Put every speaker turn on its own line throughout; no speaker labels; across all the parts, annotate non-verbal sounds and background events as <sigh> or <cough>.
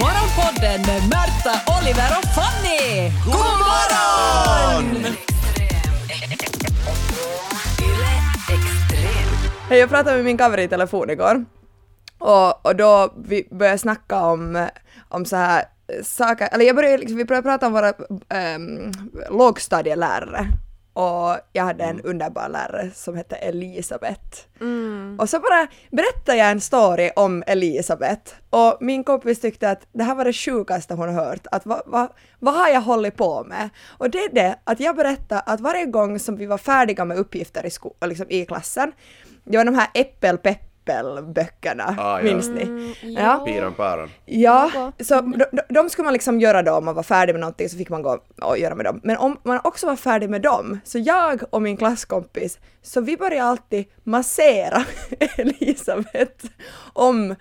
Morgonpodden med Märta, Oliver och Fanny! God morgon!
Hej, jag pratade med min cover i telefon igår. Och, och då vi började snacka om, om så här eh, saker, eller jag började, liksom, vi började prata om våra ehm, lågstadielärare. Och jag hade en underbar lärare som hette Elisabeth. Och så bara berättade jag en story om Elisabeth och min kompis tyckte att det här var det sjukaste hon hört, att vad va, vad har jag hållit på med? Och det är det att jag berättade att varje gång som vi var färdiga med uppgifter i, sko- liksom i klassen, det var de här äppelpeppelböckerna,
Ah, ja.
minns ni?
Mm,
ja.
Piran päron.
Ja, så de, de- de skulle man liksom göra då om man var färdig med någonting så fick man gå och göra med dem. Men om man också var färdig med dem, så jag och min klasskompis, så vi började alltid massera <laughs> Elisabeth om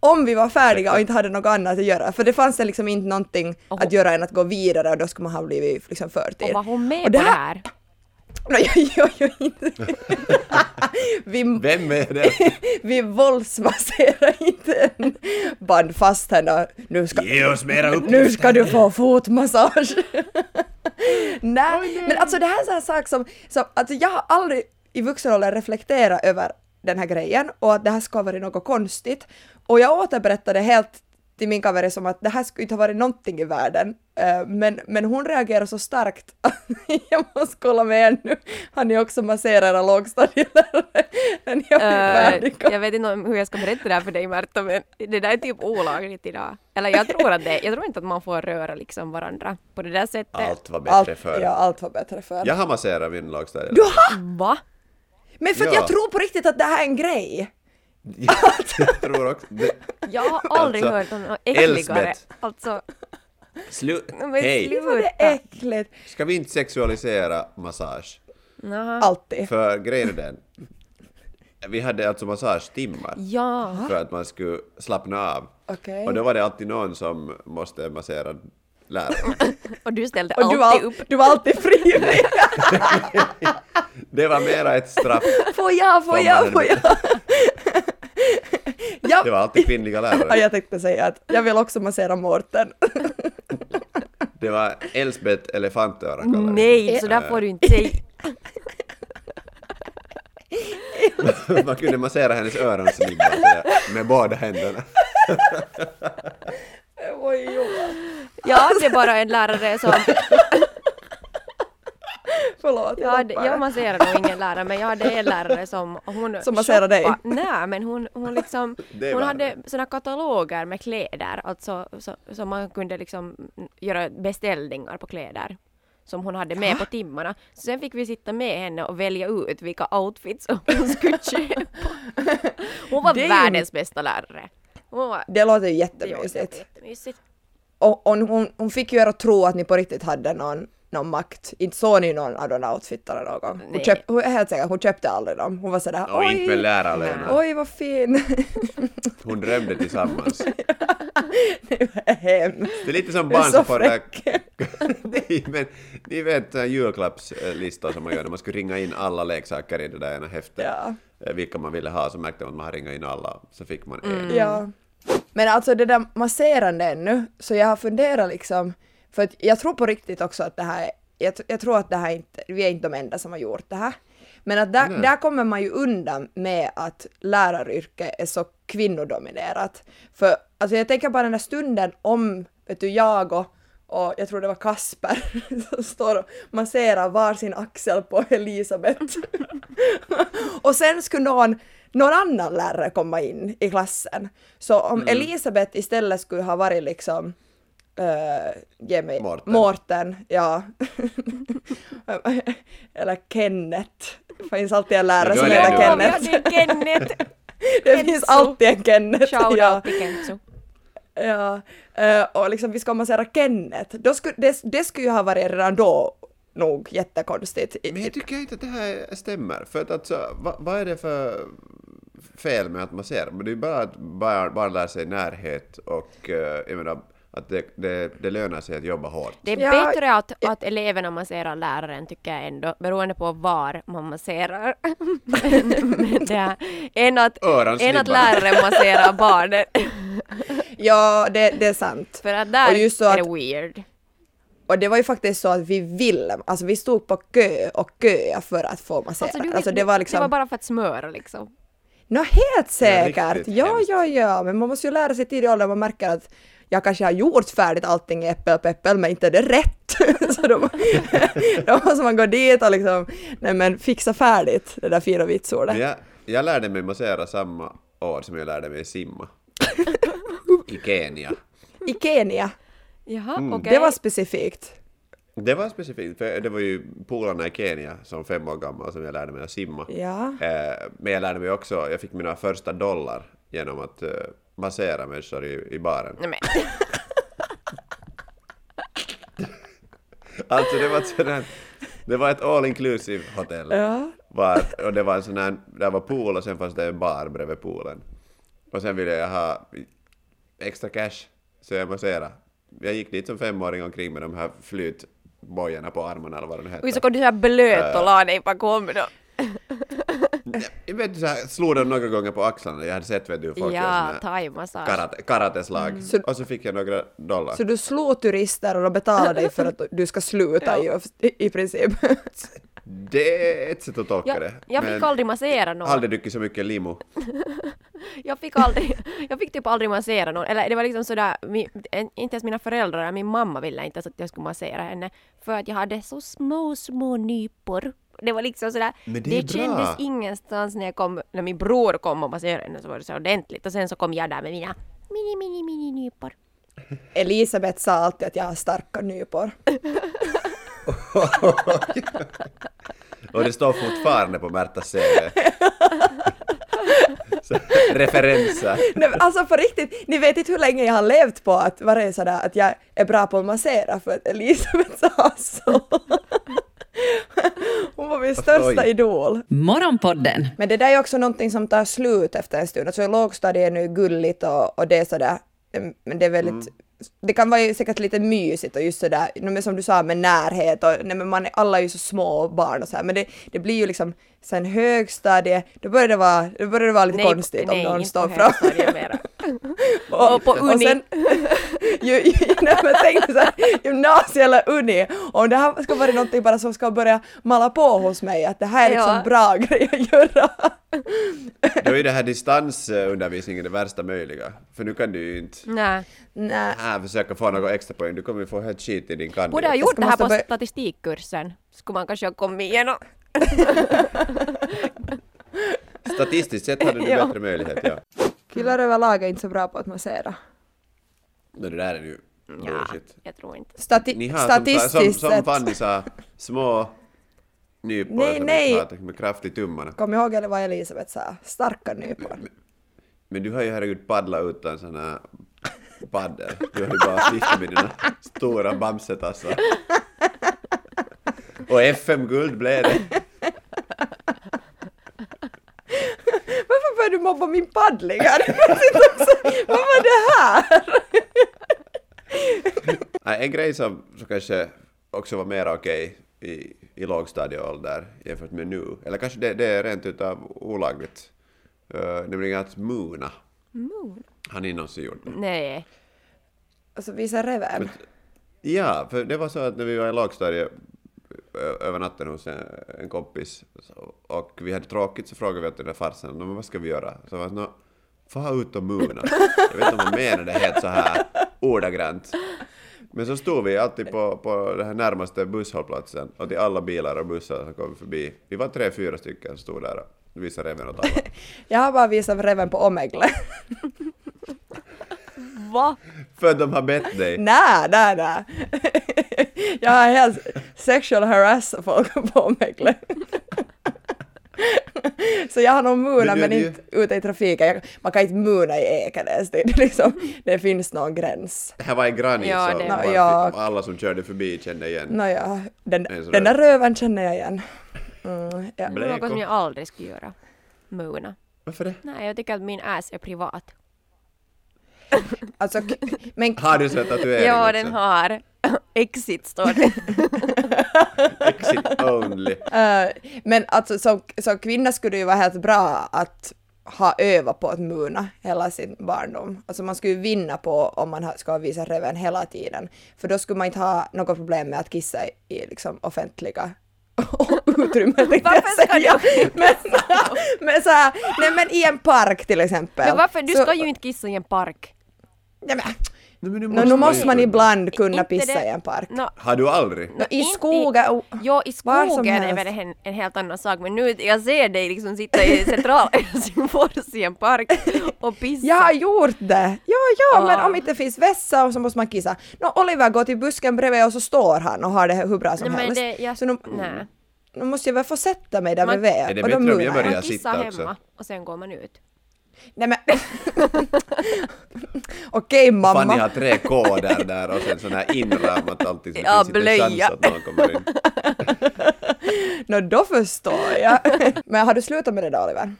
om vi var färdiga och inte hade något annat att göra, för det fanns det liksom inte någonting att göra än att gå vidare och då skulle man ha blivit liksom förtid.
Och var hon med
Och
på det här?
<laughs> Nej, jag gör ju inte det. <laughs> vi,
Vem
<laughs>
är det?
vi våldsmasserar inte en band fast henne. Nu ska,
Ge oss mera
nu
uppgifter.
ska du få fotmassage. <laughs> nej, men alltså det här är en sån här sak som, som alltså jag har aldrig i vuxen ålder reflekterat över den här grejen och att det här ska ha varit något konstigt. Och jag återberättade helt till min kaveri som att det här skulle inte ha varit någonting i världen. Eh, Men, men hon reagerade så starkt. <laughs> jag måste kolla med ännu. Han är också masserare lågstadielärare. <laughs> När ni har blivit
Eh,
färdiga.
jag vet inte om hur jag ska berätta det här för dig Märta, men det där är typ olagligt idag. Eller jag tror att det, jag tror inte att man får röra liksom varandra på det där sättet.
Allt var bättre
Allt,
förr.
ja, allt var bättre förr.
Jag har masserat min lagstadielärare.
Du
<laughs>
har
Va?
Men för att
Ja.
jag tror på riktigt att det här är en grej.
Jag tror också... Det...
Jag har aldrig
Alltså,
hört om något äckligare.
Elsbeth.
Alltså,
Slu...
<laughs>
Men
Hej!
slu-
Vad det är äckligt.
Ska vi inte sexualisera massage?
naha.
Alltid.
För grejen är den. Vi hade alltså massagetimmar.
Ja.
För att man skulle slappna av.
Okej.
Och då var det alltid någon som måste massera läraren. <laughs>
Och du ställde
Och du
alltid
var,
upp.
du var alltid frivillig.
Det var mera ett straff.
Får jag, får
Fan,
jag,
vad
får jag?
Det
jag,
var alltid kvinnliga
ja,
lärare.
jag tänkte säga att jag vill också massera Mårten.
Det var Elsbeth Elefantöra kallade vi
Nej, så där får du inte säga.
<laughs> Man kunde massera hennes öronsnibbar sådär, med båda händerna.
Oj, Johan.
Ja, det är bara en lärare som...
Förlåt,
Jag, hade,
tappade.
jag masserade nog ingen lärare, men jag hade en lärare som... Hon
Som masserade
shoppade- Nej, men hon,
<laughs>
hon liksom...
Det är
Hon
värre.
hade såna kataloger med kläder, alltså så- som man kunde liksom göra beställningar på kläder som hon hade med på timmarna. Så sen fick vi sitta med henne och välja ut vilka outfits som hon <laughs> skulle köpa. Hon var
Det är ju-
världens bästa lärare. Hon var...
Det låter ju
det var
jättemysigt.
jättemysigt.
Och, och hon, hon fick ju er att tro att ni på riktigt hade någon, någon makt. Inte såg ni någon av de där outfitarna någon gång? Hon,
Nej.
köpt, hon, jag är helt säker, hon köpte aldrig dem. Hon var sådär
Och inte med
oj,
lärarlönerna.
oj vad fin. <laughs>
Hon drömde tillsammans.
det var hemskt.
Det är lite som
Du är så
barn som får det här-
fräck.
Nej, men <laughs> ni vet så här julklappslistor som man gör när man skulle ringa in alla leksaker i det där ena häftet.
Ja.
eh, Vilka man ville ha, så märkte man att man hade ringat in alla, så fick man en.
Ja. Men alltså det där masserande ännu, så jag har funderat liksom, för att jag tror på riktigt också att det här, jag, tr- jag tror att det här inte, vi är inte de enda som har gjort det här. Men att där, där kommer man ju undan med att läraryrket är så kvinnodominerat. För alltså jag tänker bara den där stunden om, vet du, jag och, och jag tror det var Kasper <laughs> som står och masserar varsin axel på Elisabeth. och sen skulle någon, någon annan lärare komma in i klassen. Så om
Mm.
Elisabeth istället skulle ha varit liksom eh, ge mig
Mårten.
Mårten, ja. Eller Kenneth. Det finns alltid en lärare
Men då
som
är det
heter
du.
Ja,
Kenneth.
vi hade
<laughs>
Kenneth!
Det
Kenzo.
finns alltid en Kenneth.
Shoutout
ja.
till Kenzo.
Ja, eh, och liksom vi ska massera Kenneth. Då skulle, det, det skulle ju ha varit redan då nog jättekonstigt. I-
Men jag tycker inte att det här stämmer, för att alltså, va, vad är det för fel med att massera? Men det är ju bara att barn, barn lär sig närhet och, eh, jag menar, att det, det, det lönar sig att jobba hårt.
Det är
Ja,
bättre att, att eleverna masserar läraren tycker jag ändå, beroende på var man masserar. <laughs> Men det är- än, att,
Öronsnibbar.
<laughs>
än att läraren masserar barnet.
Ja, det, det är sant.
För att där
Och just så
är
att- Alltså,
det weird.
Och det var ju faktiskt så att vi ville, alltså vi stod på kö och köa för att få massera. Alltså,
du vet,
det var liksom,
det var bara för att smöra liksom.
nå helt säkert!
riktigt
Ja,
hemskt.
ja, ja, men man måste ju lära sig tidig ålder, man märker att jag kanske har gjort färdigt allting i äppel på äppel, men inte är det rätt. <laughs> så då, då måste man gå dit och liksom, nej men fixa färdigt det där fina vitsordet.
Men jag, jag lärde mig massera samma år som jag lärde mig simma. I Kenya.
I Kenya,
Jaha,
Mm.
okej.
det var specifikt.
Det var specifikt, för det var ju polarna i Kenya som fem år gammal som jag lärde mig att simma.
Ja.
Eh, men jag lärde mig också, jag fick mina första dollar genom att eh, massera människor i, i baren.
Nej, men, <laughs>
Alltså det var ett sånt här, det var ett all inclusive hotell.
Ja.
Var, och det var en sån här, där var pool och sen fanns det en bar bredvid poolen. Och sen ville jag ha extra cash, så jag masserade. Jag gick dit som femåring omkring med de här flytbojorna på armarna eller vad den
och så
hette.
kom du såhär blöt
Äh.
och la dig bakom då.
Jag vet, så här, slog dem några gånger på axlarna, jag hade sett vet du, folk göra
Ja, Mm.
såna här
thaimassage.
karate, karateslag.
Så-
Och så fick jag några dollar.
Så du slår turister och de betalar dig för att du ska sluta
Ja.
i, i princip. <laughs>
Det är ett sätt att tolka
Jag,
det.
jag fick
men
aldrig massera någon.
aldrig druckit så mycket limo.
Jag fick aldrig, <laughs> jag fick typ aldrig massera någon. Eller det var liksom sådär, min, en- inte ens mina föräldrar, min mamma ville inte ens att jag skulle massera henne. För att jag hade så små, små nypor. Det var liksom sådär,
Men det är bra.
kändes ingenstans när jag kom, när min bror kom och masserade henne så var det så ordentligt. Och sen så kom jag där med mina mini, mini, mini nypor.
Elisabeth sa alltid att jag har starka nypor. <laughs>
Och det står fortfarande på Märtas CV. Så, referenser.
Nej, men alltså på riktigt, ni vet inte hur länge jag har levt på att vara sådär att jag är bra på att massera för att Elisabeth sa så. <laughs> Hon var min största
Oj.
idol.
Morgonpodden
Men det där är också någonting som tar slut efter en stund. Alltså i lågstadiet är nu gulligt och, och det är sådär, mm, men det är väldigt Det kan vara ju säkert lite mysigt och just sådär, no, men som du sa med närhet och nej, men man, är- alla är ju så små barn och så här, men det, det blir ju liksom sen högstadiet, då börjar det vara, då börjar det vara lite konstigt om någon
inte
står
på
fram.
högstadiet mera. Och
<laughs>
på
Och
uni.
sen, <laughs> ju, ju, nej, men tänk dig så här, gymnasie eller uni, om det här ska vara någonting bara som ska börja mala på hos mig, att det här är liksom
Ja.
bra <laughs> grej att göra.
Då är ju det här distansundervisningen det värsta möjliga. För nu kan du ju inte
Nej.
Nej.
här försöka få något extra poäng. Du kommer ju få helt skit i din
Borde ha
kandidat.
gjort det här
måste
på
börja-
statistikkursen. Skulle man kanske ha kommit igenom.
Statistiskt sett hade du
Ja.
bättre möjlighet, ja.
Killar överlag är inte så bra på att massera.
Men det där är ju
Ja,
bullshit.
jag tror inte.
Stati-
Ni har som,
statistiskt
som, som
sett.
Fanny sa, små nypor
Nej,
som
nej.
pratar med kraft i tummarna.
Kom ihåg eller vad Elisabeth sa, starka nypor.
Men du har ju herregud paddlat utan sån här paddel. Du har ju bara fiffat med dina stora bamsetassar. Och FM-guld blev det.
Varför börjar du mobba min paddling här? <laughs> Plötsligt också, vad var det här?
Nej, En grej som, som kanske också var mer okej i, i lågstadieålder jämfört med nu, eller kanske det, det är rent utav olagligt, uh, nämligen att muna. Har ni någonsin gjort det?
Nej.
Och så visar reven.
Ja, för det var så att när vi var i lagstadiet ö- över natten hos en, en kompis så- och vi hade tråkigt så frågade vi åt den där farsan "Nå, men vad ska vi göra? Så var det far ut och muna. Jag vet inte om han menade det helt så här ordagrant. Men så stod vi alltid på, på den här närmaste busshållplatsen och till alla bilar och bussar som kom förbi. Vi var tre, fyra stycken som stod där och visade reven åt
<laughs>
alla.
Jag har bara visat reven på Omegle. <laughs>
Va?
För att de har bett dig.
nej, nej, <laughs> nej. Jag har helt sexual harass <laughs> folk på Omegle. Så jag har nog munat
Men
men
du- du-
inte ute i trafiken. Jag, man kan inte muna i Ekenäs, <laughs> det, det, är liksom, det finns någon gräns.
Det här var en granne
Ja,
så
det-
var-
Ja.
alla som körde förbi kände igen.
Nåja, den,
Det är sådär.
den där röven känner jag igen. Mm, ja.
Det är något som jag aldrig skulle göra. Mona.
Varför det?
Nej, jag tycker att min ass är privat.
Alltså, k- men
Har du sett tatueringen
Ja,
också?
den har. <laughs> Exit står det.
Exit only.
eh, men alltså som, som kvinna skulle det ju vara helt bra att ha övat på att muna hela sin barndom. Alltså man skulle ju vinna på om man ha- ska visa röven hela tiden. För då skulle man inte ha något problem med att kissa i, i liksom offentliga <laughs> utrymmen tänkte
Varför
jag
ska
säga. Men, men, så här, nej, men i en park till exempel.
Men varför? Du
Så-
ska ju inte kissa i en park.
Nej, men,
Nej, men nu
nå, nu måste man
ju-
ibland kunna
Inte
pissa
det.
i en park.
Nå,
Har du aldrig?
Nå, I
inte i-
skogen. och-
Ja, i
Var som
skogen är väl
helst.
en, en helt annan sak, men nu jag ser dig liksom sitta i centrala <laughs> Helsingfors i en park och pissa.
Jag har gjort det! Ja, ja,
Ah.
men om inte finns vässa och så måste man kissa. Nå, Oliver går till busken bredvid och så står han och har det hur bra som
Nej, men
helst.
det, jag,
Så Mm. nu,
nej.
nu måste jag väl få sätta mig där
Man-
man, bredvid.
Är det
och då
bättre om jag
munar
börjar?
Man kissar
sitta
hemma
också.
och sen går man ut.
Nej men... <laughs> Okej
Fanny
mamma.
har tre koder där och sen sån här inramat allting så det
Ja,
finns inte en
blöja.
chans att någon kommer in.
Nå då förstår
<laughs>
jag. men har du slutat med det då Oliver?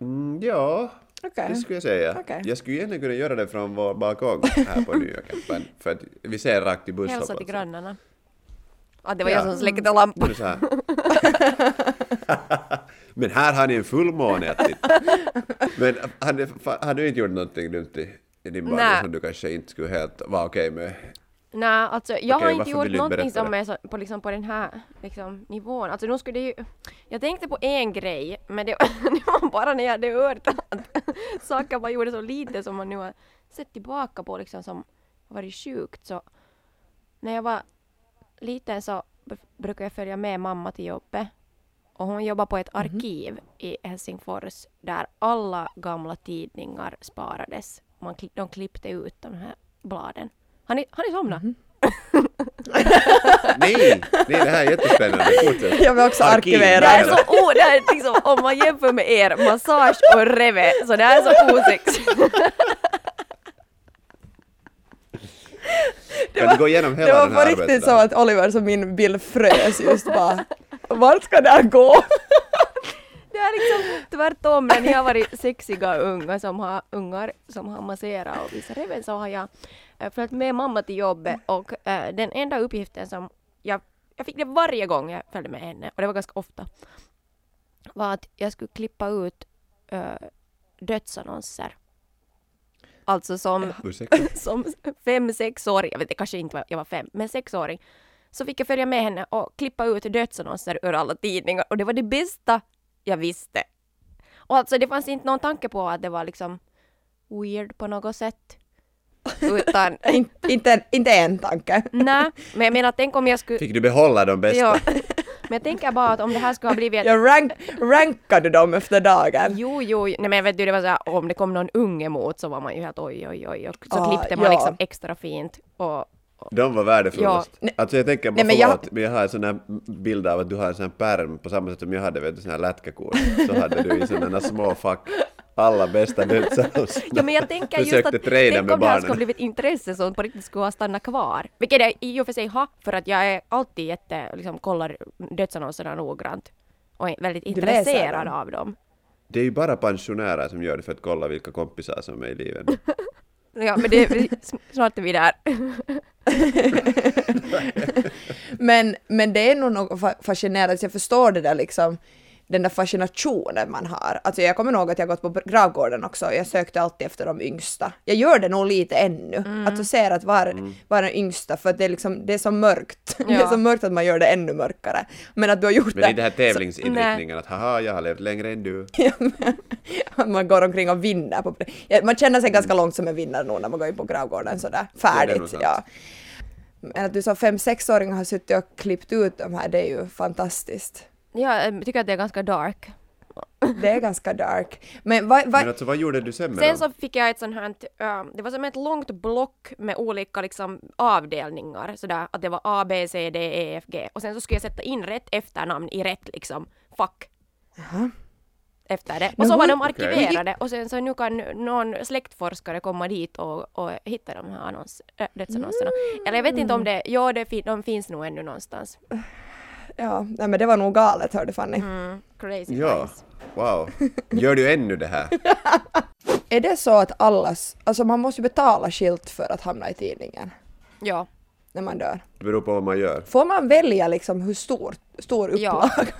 Mm, ja,
Okej.
det skulle jag säga.
Okej.
Jag skulle egentligen kunna göra det från vår balkong här på Nyökämpen. För att vi ser rakt i busshållplatsen.
Hälsa
<laughs>
till grannarna. Ah, det var
Ja.
jag som släckte lampan.
Nu så här. <laughs> Men här har ni en fullmåne att titta. Men hade, fa- hade du inte gjort någonting dumt i, i din barndom
Nej.
som du kanske inte skulle helt vara okej med?
Nej, alltså jag
Okej,
har inte
varför
gjort
vill du inte
någonting
berätta
som
det?
är så, på, liksom, på den här liksom, nivån. Alltså nu skulle det ju... Jag tänkte på en grej, men det, <laughs> det var bara när jag hade hört att <laughs> saker man gjorde så lite som man nu har sett tillbaka på liksom som har varit sjukt så... När jag var liten så b- brukade jag följa med mamma till jobbet. Och hon jobbar på ett arkiv i Helsingfors där alla gamla tidningar sparades. Man, kli- de klippte ut de här bladen. Har ni, har ni somnat?
Nej! Nej, det här är jättespännande. Fortsätt.
Jag vill också
Arkiv.
arkivera.
Det här är så o... Det här är liksom, om man jämför med er, massage och reve, så det här är så osexigt.
Kan du gå igenom hela
Det var
den
på
här
riktigt som
arbetsdagen?
att Oliver som min bild frös just bara. Vart ska det här
<laughs>
gå?
Det är liksom tvärtom, när ni har varit sexiga unga som har, ungar som har masserat och visat reven så har jag eh, följt med mamma till jobbet och eh, den enda uppgiften som jag, jag fick det varje gång jag följde med henne och det var ganska ofta var att jag skulle klippa ut eh, dödsannonser. Alltså som
Ursäkta?
<laughs> som fem, sexåring, jag vet det kanske inte var, jag var fem, men sexåring, så fick jag följa med henne och klippa ut dödsannonser ur alla tidningar och det var det bästa jag visste. Och alltså det fanns inte någon tanke på att det var liksom weird på något sätt.
<laughs>
Utan,
In, inte, en- inte en tanke.
nej, men jag menar tänk om jag
Typ
skulle...
Fick du behålla de bästa?
Ja, men jag tänker bara att om det här skulle ha blivit ett
Jag rank, rankade dem efter dagen.
Jo, jo, jo. nej men vet du, det var så här, om det kom någon unge mot så var man ju helt oj, oj, oj, och så
Ah,
klippte man
ja.
liksom extra fint och
De var värdefullast.
Ja,
Ja. Alltså jag tänker bara,
Nej, men jag-
förlåt, men jag har en sån här bild av att du har en sån här pärm på samma sätt som jag hade, vet du, sån här lätkakort. Så hade du i sådana små fack alla bästa dödsannonserna.
Ja men jag tänker just
Försökte
att
träna
tänk
med
om det här
barnen.
skulle ha blivit intresse som på riktigt skulle ha stannat kvar. Vilket jag i och för sig har för att jag är alltid jätte, liksom kollar dödsannonserna noggrant och är väldigt
läser
intresserad
dem?
av dem.
Det är ju bara pensionärer som gör det för att kolla vilka kompisar som är i livet.
Ja men det, <laughs> snart är vi där.
Men, men det är nog något fa- fascinerande, så jag förstår det där liksom, den där fascinationen man har. Alltså jag kommer ihåg att jag gått på gravgården också och jag sökte alltid efter de yngsta. Jag gör det nog lite ännu, att du ser att var,
Mm.
var den yngsta för att det är, liksom, det är så mörkt. <laughs> Det är
Ja.
så mörkt att man gör det ännu mörkare. Men att du har gjort
Men det är den
det,
här tävlingsinriktningen att haha, jag har levt längre än du.
<laughs> man går omkring och vinner. På, ja, man känner sig ganska långt som en vinnare nog när man går in på gravgården sådär,
Ja, det är nog
färdigt.
sant.
Ja. Men att du som fem-sexåring har suttit och klippt ut de här, det är ju fantastiskt.
Jag eh, tycker att det är ganska dark.
Det är ganska dark. Men vad,
Men
vad,
alltså vad gjorde du sen med
Sen
dem?
så fick jag ett sånt här, eh, det var som ett långt block med olika liksom avdelningar sådär att det var A, B, C, D, E, F, G och sen så skulle jag sätta in rätt efternamn i rätt liksom fack.
Jaha.
efter det. Och
Men
så var
hur-
de
Okej.
arkiverade och sen så nu kan någon släktforskare komma dit och, och hitta de här annons, äh, dödsannonserna. Eller jag vet inte om det, ja det fin, de finns nog ännu någonstans.
ja, nej men det var nog galet hörde Fanny.
Mm, crazy
Ja,
times. <laughs>
wow. Gör du ännu det här?
Är det så att allas, alltså man måste ju betala skilt för att hamna i tidningen
Ja.
när man dör?
Det beror på vad man gör.
Får man välja liksom hur stor, stor
Ja.
upplaga?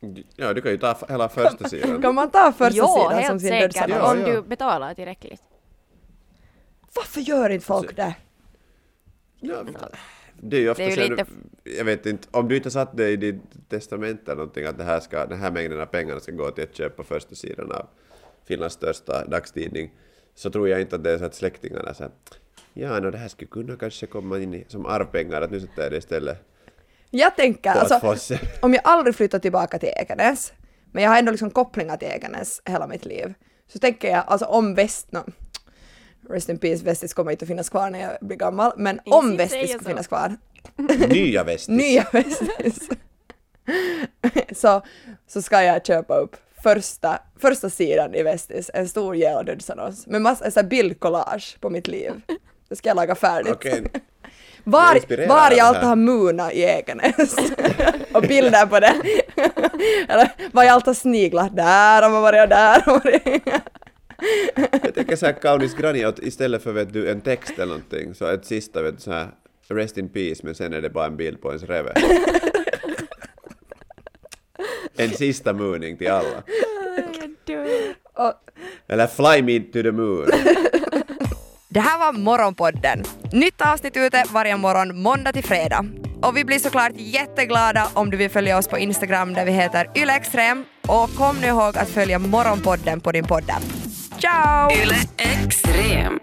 <laughs>
Ja, du kan ju ta f- hela
<laughs>
första sidan.
Kan man ta första
Jo,
sidan som
helt
sin
säkert.
dödsannons?
Ja,
Om
ja.
du betalar tillräckligt.
Varför gör inte folk
Alltså,
det?
Ja, det är ju ofta
Det är ju
så här,
lite-
jag vet inte, om du inte satt det i ditt testamente eller någonting att det här ska, den här mängden av pengarna ska gå till att köpa första sidan av Finlands största dagstidning, så tror jag inte att det är så att släktingarna så här, ja, no, det här skulle kunna kanske komma in i, som arvpengar, att nu sätter jag det
<laughs>
istället
Jag tänker
på att
alltså,
Fosse.
om jag aldrig flyttar tillbaka till Ekenäs, men jag har ändå liksom kopplingar till Ekenäs hela mitt liv, så tänker jag alltså om väst... nå, Rest in peace, Vestis kommer inte att finnas kvar när jag blir gammal, men
Ingen
om
säger
Vestis ska
så.
finnas kvar,
Nya Vestis! <laughs>
nya Vestis, <laughs> så, så ska jag köpa upp första, första sidan i Vestis, en stor gel och dödsannons, med massa så här bildcollage på mitt liv. Det ska jag laga färdigt.
Okej, Jag
Var,
inspirerar
var
av
i
det
allt
här.
har Muna i Ekenäs? <laughs> och bilder på det. <laughs> Eller var i allt har sniglat? Där har man varit och där har man varit.
jag tänker så här kaunis granne, att istället för vet du, en text eller någonting, så ett sista vet du så här, rest in peace, men sen är det bara en bild på ens reve. En sista mooning till alla.
Jag dör.
<laughs> Och
Eller fly me to the moon.
Det här var Morgonpodden. Nytt avsnitt ute varje morgon måndag till fredag. Och vi blir såklart jätteglada om du vill följa oss på Instagram där vi heter ylextrem. Och kom nu ihåg att följa Morgonpodden på din podd. Ciao!
Yle Extrem.